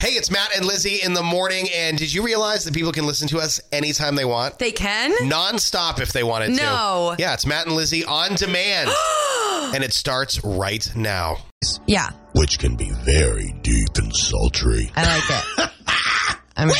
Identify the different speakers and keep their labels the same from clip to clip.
Speaker 1: It's Matt and Lizzie in the morning. And did you realize that people can listen to us anytime they want?
Speaker 2: They can?
Speaker 1: Nonstop if they wanted to.
Speaker 2: No.
Speaker 1: Yeah, it's Matt and Lizzie on demand. and it starts right now.
Speaker 2: Yeah,
Speaker 3: which can be very deep and sultry.
Speaker 2: I like it. I'm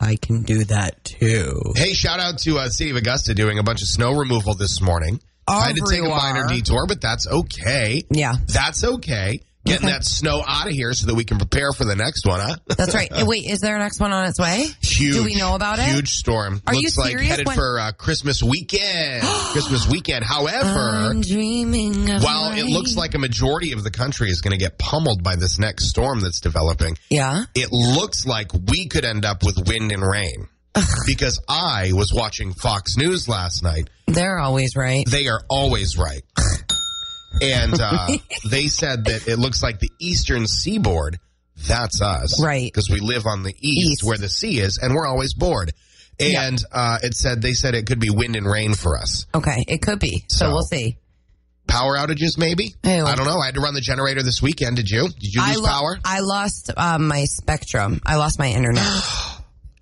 Speaker 2: I can do that too.
Speaker 1: Hey, shout out to uh, City of Augusta doing a bunch of sw- snow removal this morning. I had to take a minor detour, but that's okay.
Speaker 2: Yeah.
Speaker 1: That's okay. Getting that snow out of here so that we can prepare for the next one, huh?
Speaker 2: That's right. And wait, is there a next one on its way?
Speaker 1: Huge.
Speaker 2: Do we know about it?
Speaker 1: Huge storm.
Speaker 2: Are you
Speaker 1: Looks like
Speaker 2: serious?
Speaker 1: headed
Speaker 2: When-
Speaker 1: for uh, Christmas weekend. Christmas weekend. However,
Speaker 2: I'm dreaming of
Speaker 1: while it looks like a majority of the country is going to get pummeled by this next storm that's developing,
Speaker 2: Yeah.
Speaker 1: it looks like we could end up with wind and rain. because I was watching Fox News last night
Speaker 2: They're always right.
Speaker 1: they are always right. and uh, they said that it looks like the eastern seaboard, that's us.
Speaker 2: Right.
Speaker 1: Because we live on the east,
Speaker 2: East.
Speaker 1: where the sea is, and we're always bored. And uh, it said they said it could be wind and rain for us.
Speaker 2: Okay, it could be. So,
Speaker 1: So-
Speaker 2: we'll see.
Speaker 1: Power outages, maybe.
Speaker 2: Ew.
Speaker 1: I don't know. I had to run the generator this weekend. Did you? Did you
Speaker 2: I
Speaker 1: lose
Speaker 2: lo-
Speaker 1: power?
Speaker 2: I lost um, my spectrum. I lost my internet.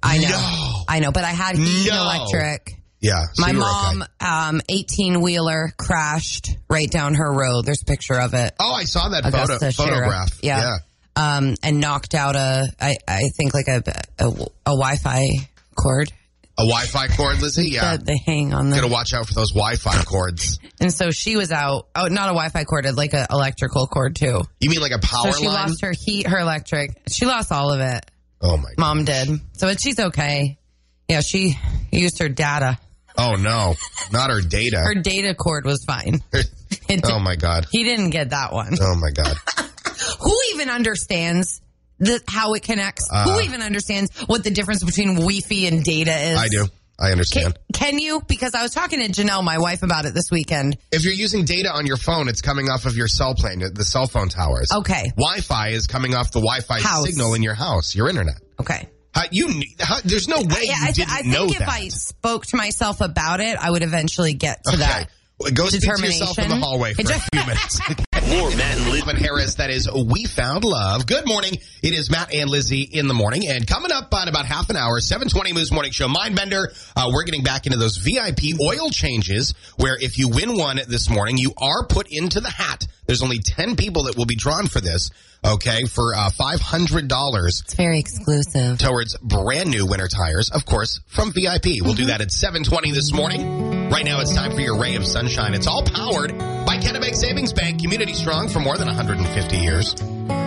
Speaker 2: I know.
Speaker 1: No.
Speaker 2: I know, but I had heat and
Speaker 1: No.
Speaker 2: electric.
Speaker 1: Yeah. so
Speaker 2: My
Speaker 1: you were
Speaker 2: mom,
Speaker 1: okay.
Speaker 2: um, 18 wheeler crashed right down her road. There's a picture of it.
Speaker 1: Oh, I saw that photo,
Speaker 2: Augusta Sheriff.
Speaker 1: photograph.
Speaker 2: Yeah. Um, and knocked out a, I, I think like a, a, a Wi-Fi cord
Speaker 1: A Wi-Fi cord, Lizzie. Yeah.
Speaker 2: that they hang on the,
Speaker 1: Gotta watch out for those Wi-Fi cords.
Speaker 2: and so she was out. Oh, not a Wi-Fi cord, like an electrical cord too.
Speaker 1: You mean like a power
Speaker 2: So she
Speaker 1: line?
Speaker 2: lost her heat, her electric. She lost all of it.
Speaker 1: oh my. God.
Speaker 2: Mom did. So but she's okay. Yeah, she used her data.
Speaker 1: Oh no, not her data.
Speaker 2: Her data cord was fine. It
Speaker 1: Oh my god.
Speaker 2: He didn't get that one.
Speaker 1: Oh my god.
Speaker 2: Who even understands the, how it connects?
Speaker 1: Uh-huh.
Speaker 2: Who even understands what the difference between Wi-Fi and data is?
Speaker 1: I do. I
Speaker 2: Can,
Speaker 1: understand.
Speaker 2: can you? Because I was talking to Janelle, my wife, about it this weekend.
Speaker 1: If you're using data on your phone, it's coming off of your cell plane, the cell phone towers.
Speaker 2: Okay.
Speaker 1: Wi-Fi is coming off the Wi-Fi
Speaker 2: House.
Speaker 1: signal in your house, your internet.
Speaker 2: Okay.
Speaker 1: How, you, kn- how, there's no way
Speaker 2: Yeah,
Speaker 1: you
Speaker 2: I, th-
Speaker 1: didn't
Speaker 2: I
Speaker 1: know
Speaker 2: think if
Speaker 1: that.
Speaker 2: I spoke to myself about it, I would eventually get to that.
Speaker 1: Okay. Go speak to yourself in the
Speaker 2: Determination.
Speaker 1: hallway for
Speaker 2: It
Speaker 1: a
Speaker 2: just-
Speaker 1: few minutes.
Speaker 3: More Matt and Liz.
Speaker 1: Robin Harris, that is We Found Love. Good morning. It is Matt and Lizzie in the morning. And coming up on about half an hour, 720 Moose Morning Show Mindbender, uh, we're getting back into those VIP oil changes where if you win one this morning, you are put into the hat. There's only 10 people that will be drawn for this, okay, for uh, $500
Speaker 2: It's very exclusive.
Speaker 1: towards brand new winter tires, of course, from VIP. We'll do that at 720 this morning. Right now, it's time for your ray of sunshine. It's all powered by Kennebec Savings Bank, community strong for more than 150 years.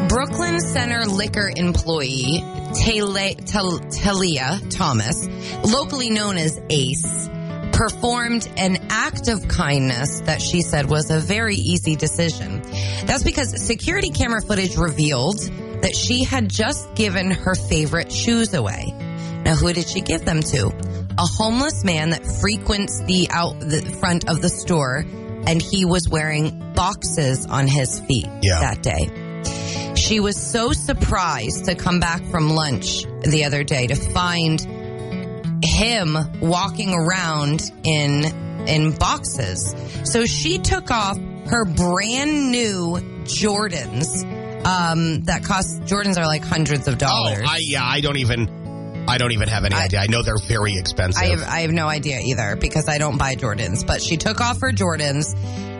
Speaker 2: Brooklyn Center liquor employee Tele- Tel- Telia Thomas, locally known as Ace, performed an act of kindness that she said was a very easy decision. That's because security camera footage revealed that she had just given her favorite shoes away. Now, who did she give them to? A homeless man that frequents the out the front of the store, and he was wearing boxes on his feet
Speaker 1: Yeah.
Speaker 2: that day. She was so surprised to come back from lunch the other day to find him walking around in in boxes. So she took off her brand new Jordans um, that cost Jordans are like hundreds of dollars.
Speaker 1: Oh, I yeah, I don't even I don't even have any
Speaker 2: I-
Speaker 1: idea. I know they're very expensive.
Speaker 2: I have, I have no idea either because I don't buy Jordans. But she took off her Jordans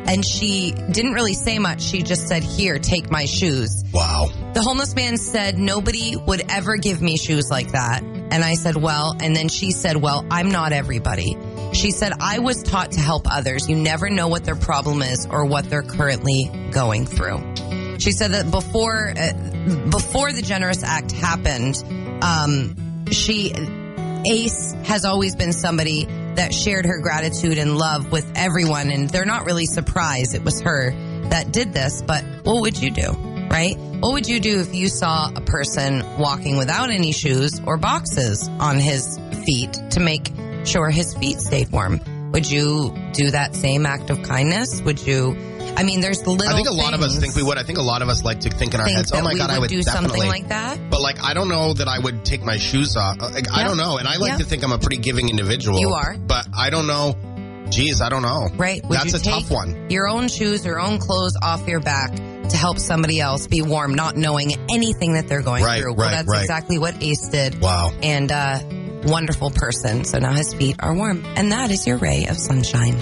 Speaker 2: and she didn't really say much. She just said, Here, take my shoes.
Speaker 1: wow.
Speaker 2: The homeless man said, Nobody would ever give me shoes like that. And I said, Well, and then she said, Well, I'm not everybody. She said, I was taught to help others. You never know what their problem is or what they're currently going through. She said that before uh, before the generous act happened, um, she Ace has always been somebody that shared her gratitude and love with everyone, and they're not really surprised it was her that did this. But what would you do, right? What would you do if you saw a person walking without any shoes or boxes on his feet to make sure his feet stayed warm? Would you do that same act of kindness? Would you? I mean, there's little.
Speaker 1: I think a lot of us
Speaker 2: things
Speaker 1: think we would. I think a lot of us like to think in our
Speaker 2: think
Speaker 1: heads, "Oh
Speaker 2: that
Speaker 1: my
Speaker 2: we
Speaker 1: god,
Speaker 2: would
Speaker 1: I would
Speaker 2: do
Speaker 1: definitely."
Speaker 2: something like that.
Speaker 1: but like, I don't know that I would take my shoes off. Uh, Like, I
Speaker 2: Yeah.
Speaker 1: don't know, and I like
Speaker 2: Yeah.
Speaker 1: to think I'm a pretty giving individual.
Speaker 2: You are.
Speaker 1: but I don't know. Geez, I don't know.
Speaker 2: Right?
Speaker 1: That's
Speaker 2: you
Speaker 1: a tough
Speaker 2: take
Speaker 1: one.
Speaker 2: Your own shoes, your own clothes off your back to help somebody else be warm, not knowing anything that they're going
Speaker 1: Right,
Speaker 2: through.
Speaker 1: right,
Speaker 2: well, that's
Speaker 1: right.
Speaker 2: exactly what Ace did.
Speaker 1: Wow.
Speaker 2: And uh, wonderful person. So now his feet are warm. And that is your ray of sunshine.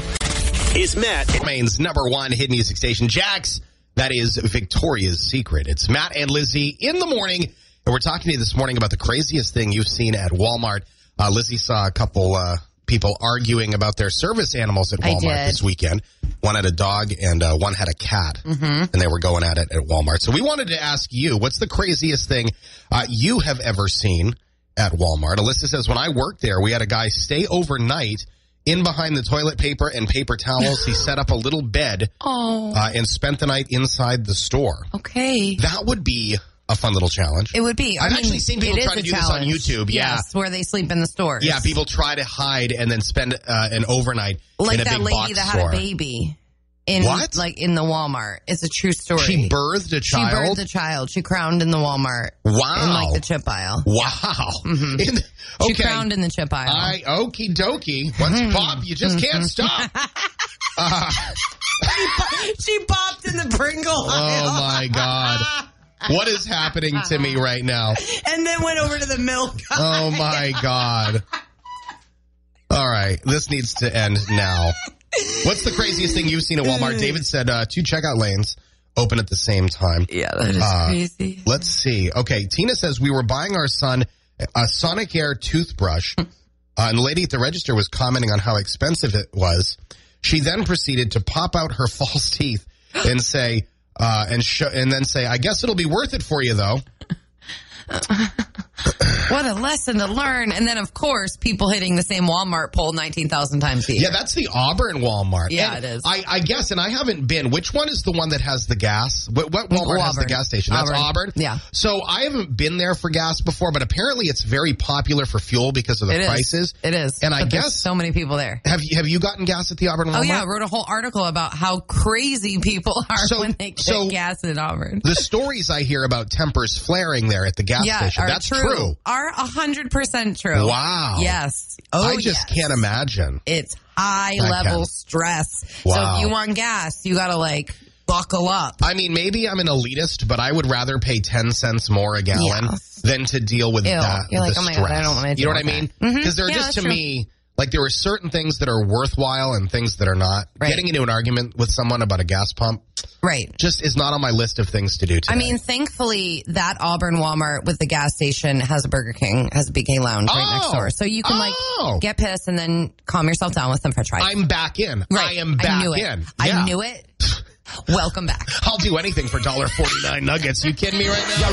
Speaker 3: It's Matt
Speaker 1: Maine's number one hit music station, Jax. That is Victoria's Secret. It's Matt and Lizzie in the morning, and we're talking to you this morning about the craziest thing you've seen at Walmart. Uh, Lizzie saw a couple uh, people arguing about their service animals at
Speaker 2: I
Speaker 1: Walmart
Speaker 2: did.
Speaker 1: this weekend. One had a dog, and uh, one had a cat,
Speaker 2: Mm-hmm.
Speaker 1: and they were going at it at Walmart. So we wanted to ask you, what's the craziest thing uh, you have ever seen at Walmart? Alyssa says, when I worked there, we had a guy stay overnight in behind the toilet paper and paper towels. he set up a little bed
Speaker 2: Oh,
Speaker 1: uh, and spent the night inside the store.
Speaker 2: okay.
Speaker 1: That would be a fun little challenge.
Speaker 2: It would be. I
Speaker 1: I've
Speaker 2: mean,
Speaker 1: actually seen people
Speaker 2: it
Speaker 1: try
Speaker 2: is
Speaker 1: to
Speaker 2: a
Speaker 1: do this on
Speaker 2: challenge.
Speaker 1: YouTube, yeah.
Speaker 2: Yes, where they sleep in the stores.
Speaker 1: yeah, people try to hide and then spend uh, an overnight
Speaker 2: like
Speaker 1: in a
Speaker 2: that
Speaker 1: big
Speaker 2: lady
Speaker 1: box
Speaker 2: that
Speaker 1: store.
Speaker 2: had a baby in
Speaker 1: What?
Speaker 2: like in the Walmart. It's a true story.
Speaker 1: She birthed a
Speaker 2: She
Speaker 1: child.
Speaker 2: birthed a Oh child. She crowned in the Walmart
Speaker 1: wow.
Speaker 2: in like the chip aisle.
Speaker 1: Wow. In the-
Speaker 2: She
Speaker 1: okay.
Speaker 2: crowned in the chip aisle.
Speaker 1: I okie dokie. Once pop, you just can't stop.
Speaker 2: she popped in the Pringle
Speaker 1: Oh my god. What is happening to me right now?
Speaker 2: and then went over to the milk.
Speaker 1: Oh my god. All right, this needs to end now. What's the craziest thing you've seen at Walmart? David said uh, two checkout lanes open at the same time.
Speaker 2: yeah, that is
Speaker 1: Uh,
Speaker 2: crazy.
Speaker 1: Let's see. Okay, Tina says we were buying our son a Sonic Air toothbrush, uh, and the lady at the register was commenting on how expensive it was. She then proceeded to pop out her false teeth and say, uh, and show, and then say, "I guess it'll be worth it for you, though."
Speaker 2: What a lesson to learn. And then of course, people hitting the same Walmart pole 19,000 times a year.
Speaker 1: Yeah, that's the Auburn Walmart.
Speaker 2: Yeah,
Speaker 1: And
Speaker 2: it is.
Speaker 1: I, I guess, and I haven't been. Which one is the one that has the gas? What, what Walmart has the
Speaker 2: Auburn.
Speaker 1: gas station? That's
Speaker 2: Auburn.
Speaker 1: Auburn.
Speaker 2: Yeah.
Speaker 1: So I haven't been there for gas before, but apparently it's very popular for fuel because of the
Speaker 2: It is.
Speaker 1: prices.
Speaker 2: It is.
Speaker 1: And I
Speaker 2: But there's
Speaker 1: guess-
Speaker 2: so many people there.
Speaker 1: Have you have you gotten gas at the Auburn Walmart?
Speaker 2: Oh yeah, I wrote a whole article about how crazy people are
Speaker 1: So-
Speaker 2: when they get
Speaker 1: so-
Speaker 2: gas in Auburn.
Speaker 1: The stories I hear about tempers flaring there at the gas
Speaker 2: yeah,
Speaker 1: station.
Speaker 2: are
Speaker 1: That's
Speaker 2: true.
Speaker 1: true.
Speaker 2: Are hundred percent true.
Speaker 1: Wow.
Speaker 2: Yes. Oh,
Speaker 1: I just
Speaker 2: yes.
Speaker 1: can't imagine.
Speaker 2: It's high
Speaker 1: I
Speaker 2: level
Speaker 1: can.
Speaker 2: stress.
Speaker 1: Wow.
Speaker 2: So if you want gas, you gotta like buckle up.
Speaker 1: I mean, maybe I'm an elitist, but I would rather pay ten cents more a gallon
Speaker 2: Yes.
Speaker 1: than to deal with
Speaker 2: Ew.
Speaker 1: that.
Speaker 2: You're like,
Speaker 1: the
Speaker 2: "Oh my
Speaker 1: stress.
Speaker 2: God, I don't wanna
Speaker 1: You know
Speaker 2: deal
Speaker 1: what I
Speaker 2: with
Speaker 1: mean?
Speaker 2: that." Mhm.
Speaker 1: Because there are
Speaker 2: Yeah,
Speaker 1: just
Speaker 2: that's
Speaker 1: to
Speaker 2: true.
Speaker 1: me, like there are certain things that are worthwhile and things that are not.
Speaker 2: Right.
Speaker 1: Getting into an argument with someone about a gas pump
Speaker 2: Right.
Speaker 1: just is not on my list of things to do. Today.
Speaker 2: I mean, thankfully, that Auburn Walmart with the gas station has a Burger King, has a BK Lounge right
Speaker 1: Oh.
Speaker 2: next door. So you can like
Speaker 1: Oh.
Speaker 2: get pissed and then calm yourself down with some french fries.
Speaker 1: I'm back in.
Speaker 2: Right.
Speaker 1: I am back
Speaker 2: knew it.
Speaker 1: in.
Speaker 2: I
Speaker 1: Yeah.
Speaker 2: knew it. Welcome back.
Speaker 1: I'll do anything for dollar forty nine nuggets. You kidding me right now?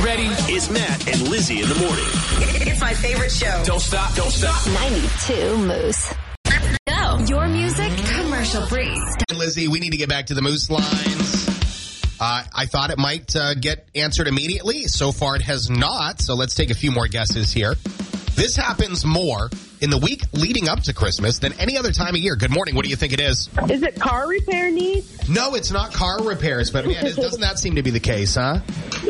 Speaker 3: It's Matt and Lizzie in the morning.
Speaker 4: It's my favorite show.
Speaker 5: Don't stop, don't stop.
Speaker 6: 92 Moose. Go. Your music commercial free.
Speaker 1: Lizzie, we need to get back to the moose lines. Uh, I thought it might uh, get answered immediately. So far, it has not. So let's take a few more guesses here. This happens more in the week leading up to Christmas than any other time of year. Good morning. What do you think it is?
Speaker 7: Is it car repair needs?
Speaker 1: No, it's not car repairs, but man, it- doesn't that seem to be the case, huh?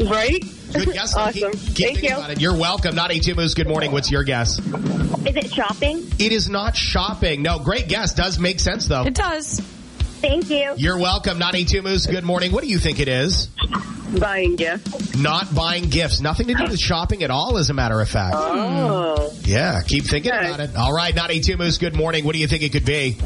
Speaker 7: Right?
Speaker 1: Good guess. though. Keep-
Speaker 7: awesome.
Speaker 1: keep
Speaker 7: Thank
Speaker 1: thinking
Speaker 7: you.
Speaker 1: about it. You're welcome. Not AT Moose. Good morning. What's your guess?
Speaker 8: Is it shopping?
Speaker 1: It is not shopping. No, great guess. Does make sense, though.
Speaker 2: It does.
Speaker 8: Thank you.
Speaker 1: You're welcome. Not AT Moose. Good morning. What do you think it is?
Speaker 7: Buying gifts.
Speaker 1: not buying gifts. Nothing to do with shopping at all, as a matter of fact.
Speaker 7: Oh.
Speaker 1: yeah, keep thinking
Speaker 7: Okay.
Speaker 1: about it. All right, not a two moose. Good morning. What do you think it could be?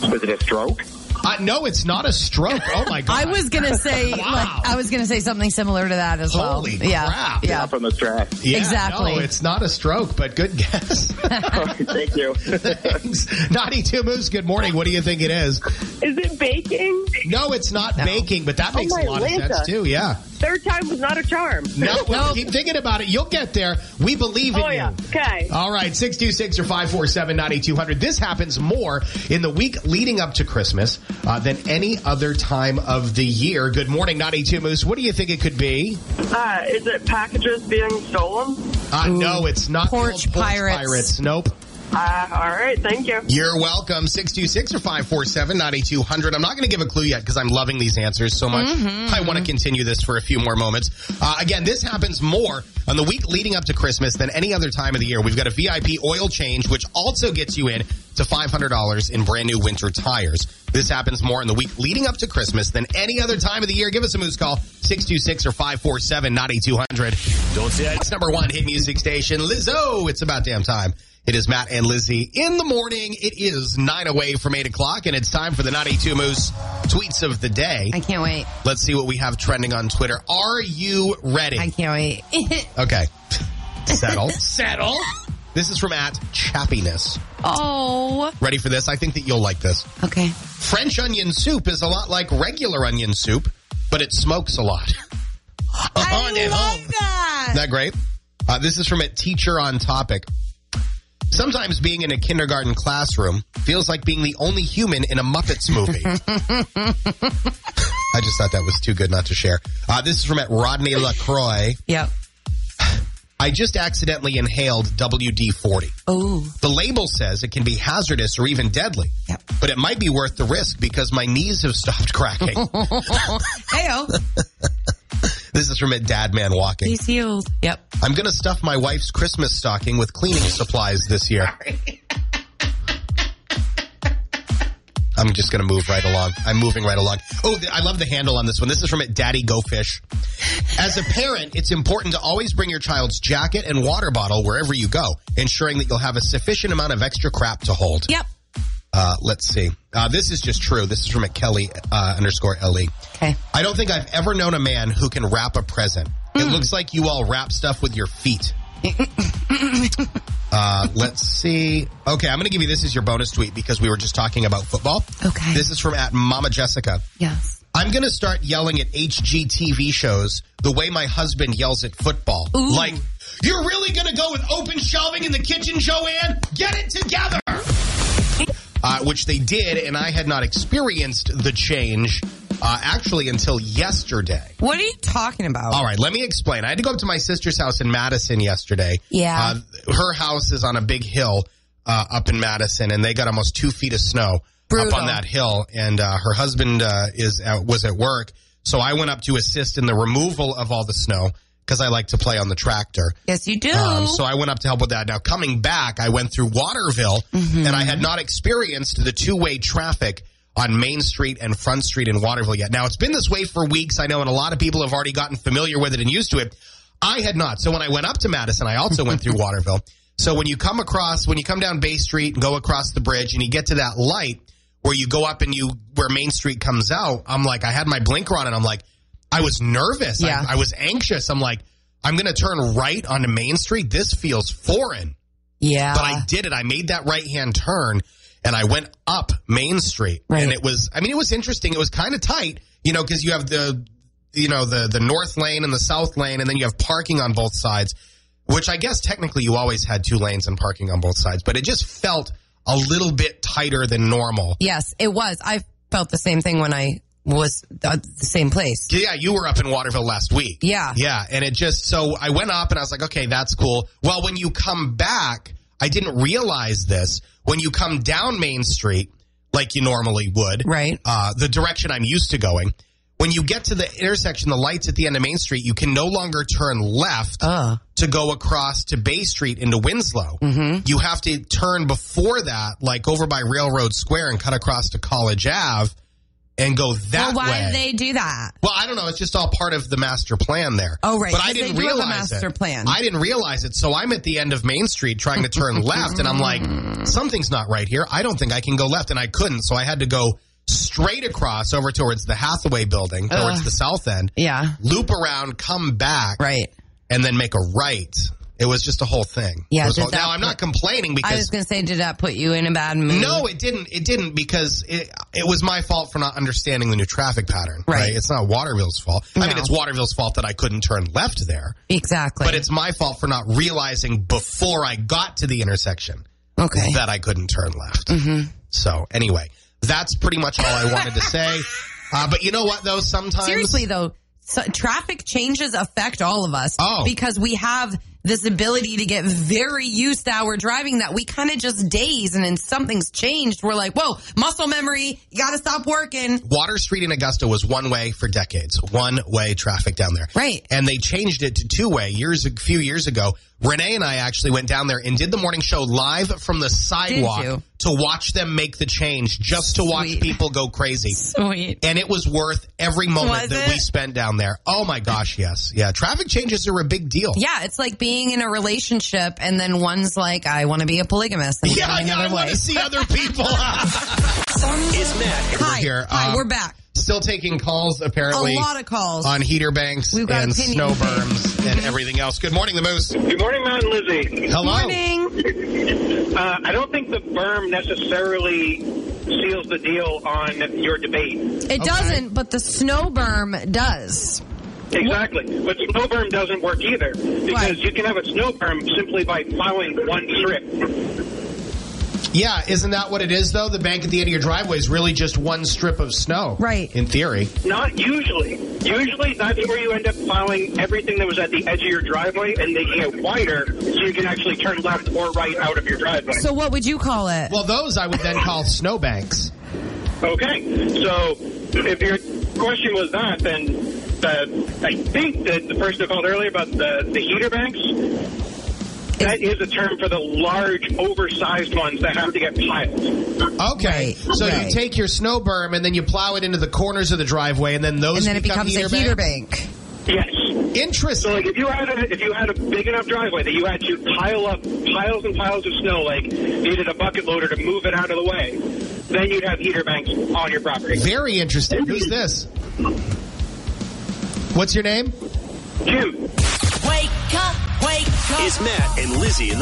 Speaker 5: Was it a stroke?
Speaker 1: Uh, no, it's not a stroke. Oh my god!
Speaker 2: I was gonna say,
Speaker 1: Wow.
Speaker 2: like, I was gonna say something similar to that as well.
Speaker 1: Holy
Speaker 2: yeah,
Speaker 1: crap.
Speaker 2: yeah.
Speaker 5: From the stress.
Speaker 1: Yeah,
Speaker 2: exactly.
Speaker 1: No, it's not a stroke, but good guess.
Speaker 5: Thank you.
Speaker 1: Thanks. Naughty Two Moose, good morning. What do you think it is?
Speaker 7: Is it baking?
Speaker 1: No, it's not baking, but that
Speaker 7: Oh,
Speaker 1: makes
Speaker 7: my
Speaker 1: a lot of
Speaker 7: Lanta.
Speaker 1: sense too. Yeah.
Speaker 7: Third time was not a charm.
Speaker 1: No, well, keep thinking about it. You'll get there. We believe in
Speaker 7: Oh,
Speaker 1: you.
Speaker 7: yeah. Okay.
Speaker 1: All right, 626 or 547 9200. This happens more in the week leading up to Christmas uh, than any other time of the year. Good morning, 92 Moose. What do you think it could be?
Speaker 7: Uh, is it packages being stolen?
Speaker 1: Uh, no, it's not
Speaker 2: Porch
Speaker 1: called
Speaker 2: Pirates.
Speaker 1: Nope.
Speaker 7: Uh, all right, thank you.
Speaker 1: You're welcome. 626 or 547 9200. I'm not going to give a clue yet because I'm loving these answers so much. I want to continue this for a few more moments. Uh, again, this happens more on the week leading up to Christmas than any other time of the year. We've got a VIP oil change, which also gets you in to $500 in brand new winter tires. This happens more in the week leading up to Christmas than any other time of the year. Give us a moose call 626 or 547 9200.
Speaker 3: Don't say I
Speaker 1: It's number one hit music station, Lizzo. It's about damn time. It is Matt and Lizzie in the morning. It is nine away from eight o'clock, and it's time for the Naughty Two Moose tweets of the day.
Speaker 2: I can't wait.
Speaker 1: Let's see what we have trending on Twitter. Are you ready?
Speaker 2: I can't wait.
Speaker 1: okay. Settle. Settle. This is from at Chappiness.
Speaker 2: oh.
Speaker 1: Ready for this? I think that you'll like this.
Speaker 2: Okay.
Speaker 1: French onion soup is a lot like regular onion soup, but it smokes a lot.
Speaker 2: I
Speaker 1: On and
Speaker 2: love
Speaker 1: on.
Speaker 2: that.
Speaker 1: Isn't that great? Uh, this is from a teacher on topic. Sometimes being in a kindergarten classroom feels like being the only human in a Muppets movie. I just thought that was too good not to share. Uh, this is from at Rodney LaCroix.
Speaker 2: Yep.
Speaker 1: I just accidentally inhaled WD 40.
Speaker 2: Oh.
Speaker 1: The label says it can be hazardous or even deadly,
Speaker 2: Yep.
Speaker 1: but it might be worth the risk because my knees have stopped cracking.
Speaker 2: Heyo.
Speaker 1: this is from a dad man walking.
Speaker 2: He's healed. Yep.
Speaker 1: I'm going to stuff my wife's Christmas stocking with cleaning supplies this year. I'm just going to move right along. I'm moving right along. Oh, th- I love the handle on this one. This is from it, Daddy Go Fish. As a parent, it's important to always bring your child's jacket and water bottle wherever you go, ensuring that you'll have a sufficient amount of extra crap to hold.
Speaker 2: Yep.
Speaker 1: Uh, let's see. Uh, this is just true. This is from at Kelly uh, underscore Le.
Speaker 2: Okay.
Speaker 1: I don't think I've ever known a man who can wrap a present.
Speaker 2: Mm.
Speaker 1: It looks like you all wrap stuff with your feet. uh, let's see. Okay, I'm going to give you this as your bonus tweet because we were just talking about football.
Speaker 2: Okay.
Speaker 1: This is from at Mama Jessica.
Speaker 2: Yes.
Speaker 1: I'm going to start yelling at HGTV shows the way my husband yells at football. Like, you're really going to go with open shelving in the kitchen, Joanne? Get it together! Uh, which they did, and I had not experienced the change uh, actually until yesterday.
Speaker 2: What are you talking about?
Speaker 1: All right, let me explain. I had to go up to my sister's house in Madison yesterday.
Speaker 2: Yeah.
Speaker 1: Uh, her house is on a big hill uh, up in Madison, and they got almost two feet of snow up
Speaker 2: Brutal.
Speaker 1: on that hill. And uh, her husband uh, is at, was at work, so I went up to assist in the removal of all the snow because I like to play on the tractor.
Speaker 2: Yes, you do.
Speaker 1: Um, so I went up to help with that. Now coming back, I went through Waterville, and I had not experienced the two-way traffic on Main Street and Front Street in Waterville yet. Now it's been this way for weeks, I know, and a lot of people have already gotten familiar with it and used to it. I had not. So when I went up to Madison, I also went through Waterville. So when you come across, when you come down Bay Street and go across the bridge, and you get to that light where you go up and you where Main Street comes out, I'm like, I had my blinker on, and I'm like, I was nervous. I-
Speaker 2: Yeah.
Speaker 1: I was anxious. I'm like, I'm going to turn right onto Main Street. This feels foreign.
Speaker 2: yeah.
Speaker 1: But I did it. I made that right hand turn and I went up Main Street.
Speaker 2: Right.
Speaker 1: And it was, I mean, it was interesting. It was kind of tight, you know, because you have the, you know, the, the north lane and the south lane, and then you have parking on both sides, which I guess technically you always had two lanes and parking on both sides, but it just felt a little bit tighter than normal.
Speaker 2: yes, it was. I felt the same thing when I was at the same place.
Speaker 1: Yeah, you were up in Waterville last week.
Speaker 2: Yeah.
Speaker 1: Yeah. And it just, so I went up and I was like, okay, that's cool. Well, when you come back, I didn't realize this. When you come down Main Street, like you normally would,
Speaker 2: Right.
Speaker 1: uh, the direction I'm used to going, when you get to the intersection, the lights at the end of Main Street, you can no longer turn left
Speaker 2: Uh.
Speaker 1: to go across to Bay Street into Winslow.
Speaker 2: Mm-hmm.
Speaker 1: You have to turn before that, like over by Railroad Square and cut across to College Ave and go that
Speaker 2: Well, why
Speaker 1: way.
Speaker 2: did they do that?
Speaker 1: Well, I don't know. It's just all part of the master plan there.
Speaker 2: Oh, right,
Speaker 1: But I
Speaker 2: 'cause
Speaker 1: didn't
Speaker 2: they do have a
Speaker 1: realize
Speaker 2: master
Speaker 1: it.
Speaker 2: plan.
Speaker 1: I didn't realize it. So I'm at the end of Main Street trying to turn left, and I'm like, something's not right here. I don't think I can go left, and I couldn't. So I had to go straight across over towards the Hathaway building, towards
Speaker 2: Ugh.
Speaker 1: the south end,
Speaker 2: Yeah.
Speaker 1: loop around, come back,
Speaker 2: Right.
Speaker 1: and then make a right. It was just a whole thing.
Speaker 2: Yeah,
Speaker 1: It was
Speaker 2: did
Speaker 1: whole-
Speaker 2: that
Speaker 1: now I'm not complaining
Speaker 2: I was
Speaker 1: because
Speaker 2: gonna say, did that put you in a bad mood?
Speaker 1: no, it didn't. It didn't because it, it was my fault for not understanding the new traffic pattern.
Speaker 2: Right.
Speaker 1: It's not Waterville's fault. I mean,
Speaker 2: No.
Speaker 1: it's Waterville's fault that I couldn't turn left there,
Speaker 2: exactly.
Speaker 1: but it's my fault for not realizing before I got to the intersection
Speaker 2: okay.
Speaker 1: that I couldn't turn left.
Speaker 2: Mm-hmm.
Speaker 1: So anyway, that's pretty much all I wanted to say. Uh, but you know what though? Sometimes
Speaker 2: Seriously though, so, traffic changes affect all of us
Speaker 1: Oh.
Speaker 2: because we have this ability to get very used to our driving that we kind of just daze and then something's changed. We're like, whoa, muscle memory, you got to stop working.
Speaker 1: Water Street in Augusta was one way for decades, one way traffic down there.
Speaker 2: Right.
Speaker 1: And they changed it to two way years, a few years ago. Renee and I actually went down there and did the morning show live from the sidewalk
Speaker 2: you?
Speaker 1: to watch them make the change, just to watch
Speaker 2: Sweet.
Speaker 1: people go crazy.
Speaker 2: Sweet.
Speaker 1: And it was worth every moment
Speaker 2: Was
Speaker 1: that we
Speaker 2: it?
Speaker 1: spent down there. Oh my gosh, yes. Yeah. Traffic changes are a big deal.
Speaker 2: Yeah, it's like being in a relationship and then one's like, I want to be a polygamist. And
Speaker 1: Yeah,
Speaker 2: getting
Speaker 1: yeah, I
Speaker 2: another
Speaker 1: want to
Speaker 2: wife.
Speaker 1: see other people.
Speaker 3: It's Matt.
Speaker 2: Hi,
Speaker 1: here,
Speaker 2: hi,
Speaker 1: um,
Speaker 2: we're back.
Speaker 1: Still taking calls,
Speaker 2: A
Speaker 1: apparently.
Speaker 2: lot of calls.
Speaker 1: on heater banks
Speaker 2: We've got
Speaker 1: and
Speaker 2: opinions.
Speaker 1: snow berms and everything else. Good morning, the moose.
Speaker 5: Good morning, Matt and Lizzie.
Speaker 1: Hello.
Speaker 2: Morning.
Speaker 5: Uh, I don't think the berm necessarily seals the deal on your debate.
Speaker 2: It doesn't, but the snow berm does.
Speaker 5: Exactly. But snow berm doesn't work either because
Speaker 2: Why?
Speaker 5: you can have a snow berm simply by plowing one strip.
Speaker 1: Yeah, isn't that what it is though? The bank at the end of your driveway is really just one strip of snow.
Speaker 2: Right.
Speaker 1: In theory.
Speaker 5: Not usually. Usually that's where you end up plowing everything that was at the edge of your driveway and making it wider so you can actually turn left or right out of your driveway.
Speaker 2: So what would you call it?
Speaker 1: Well, those I would then call snow banks.
Speaker 5: Okay, so if your question was that, then the, I think that the person who called earlier about the, the heater banks, that is a term for the large, oversized ones that have to get piled.
Speaker 1: Okay.
Speaker 2: Right,
Speaker 1: So you
Speaker 2: right.
Speaker 1: take your snow berm and then you plow it into the corners of the driveway and then those
Speaker 2: and then it
Speaker 1: become
Speaker 2: becomes
Speaker 1: heater
Speaker 2: a heater
Speaker 1: banks?
Speaker 2: bank.
Speaker 5: Yes. So,
Speaker 1: Interesting.
Speaker 5: like, if you had a, if you had a big enough driveway that you had to pile up piles and piles of snow, like needed a bucket loader to move it out of the way, then you'd have heater banks on your property.
Speaker 1: Very interesting. Who's this? What's your name?
Speaker 5: Jim,
Speaker 3: It's Matt and Lizzie in the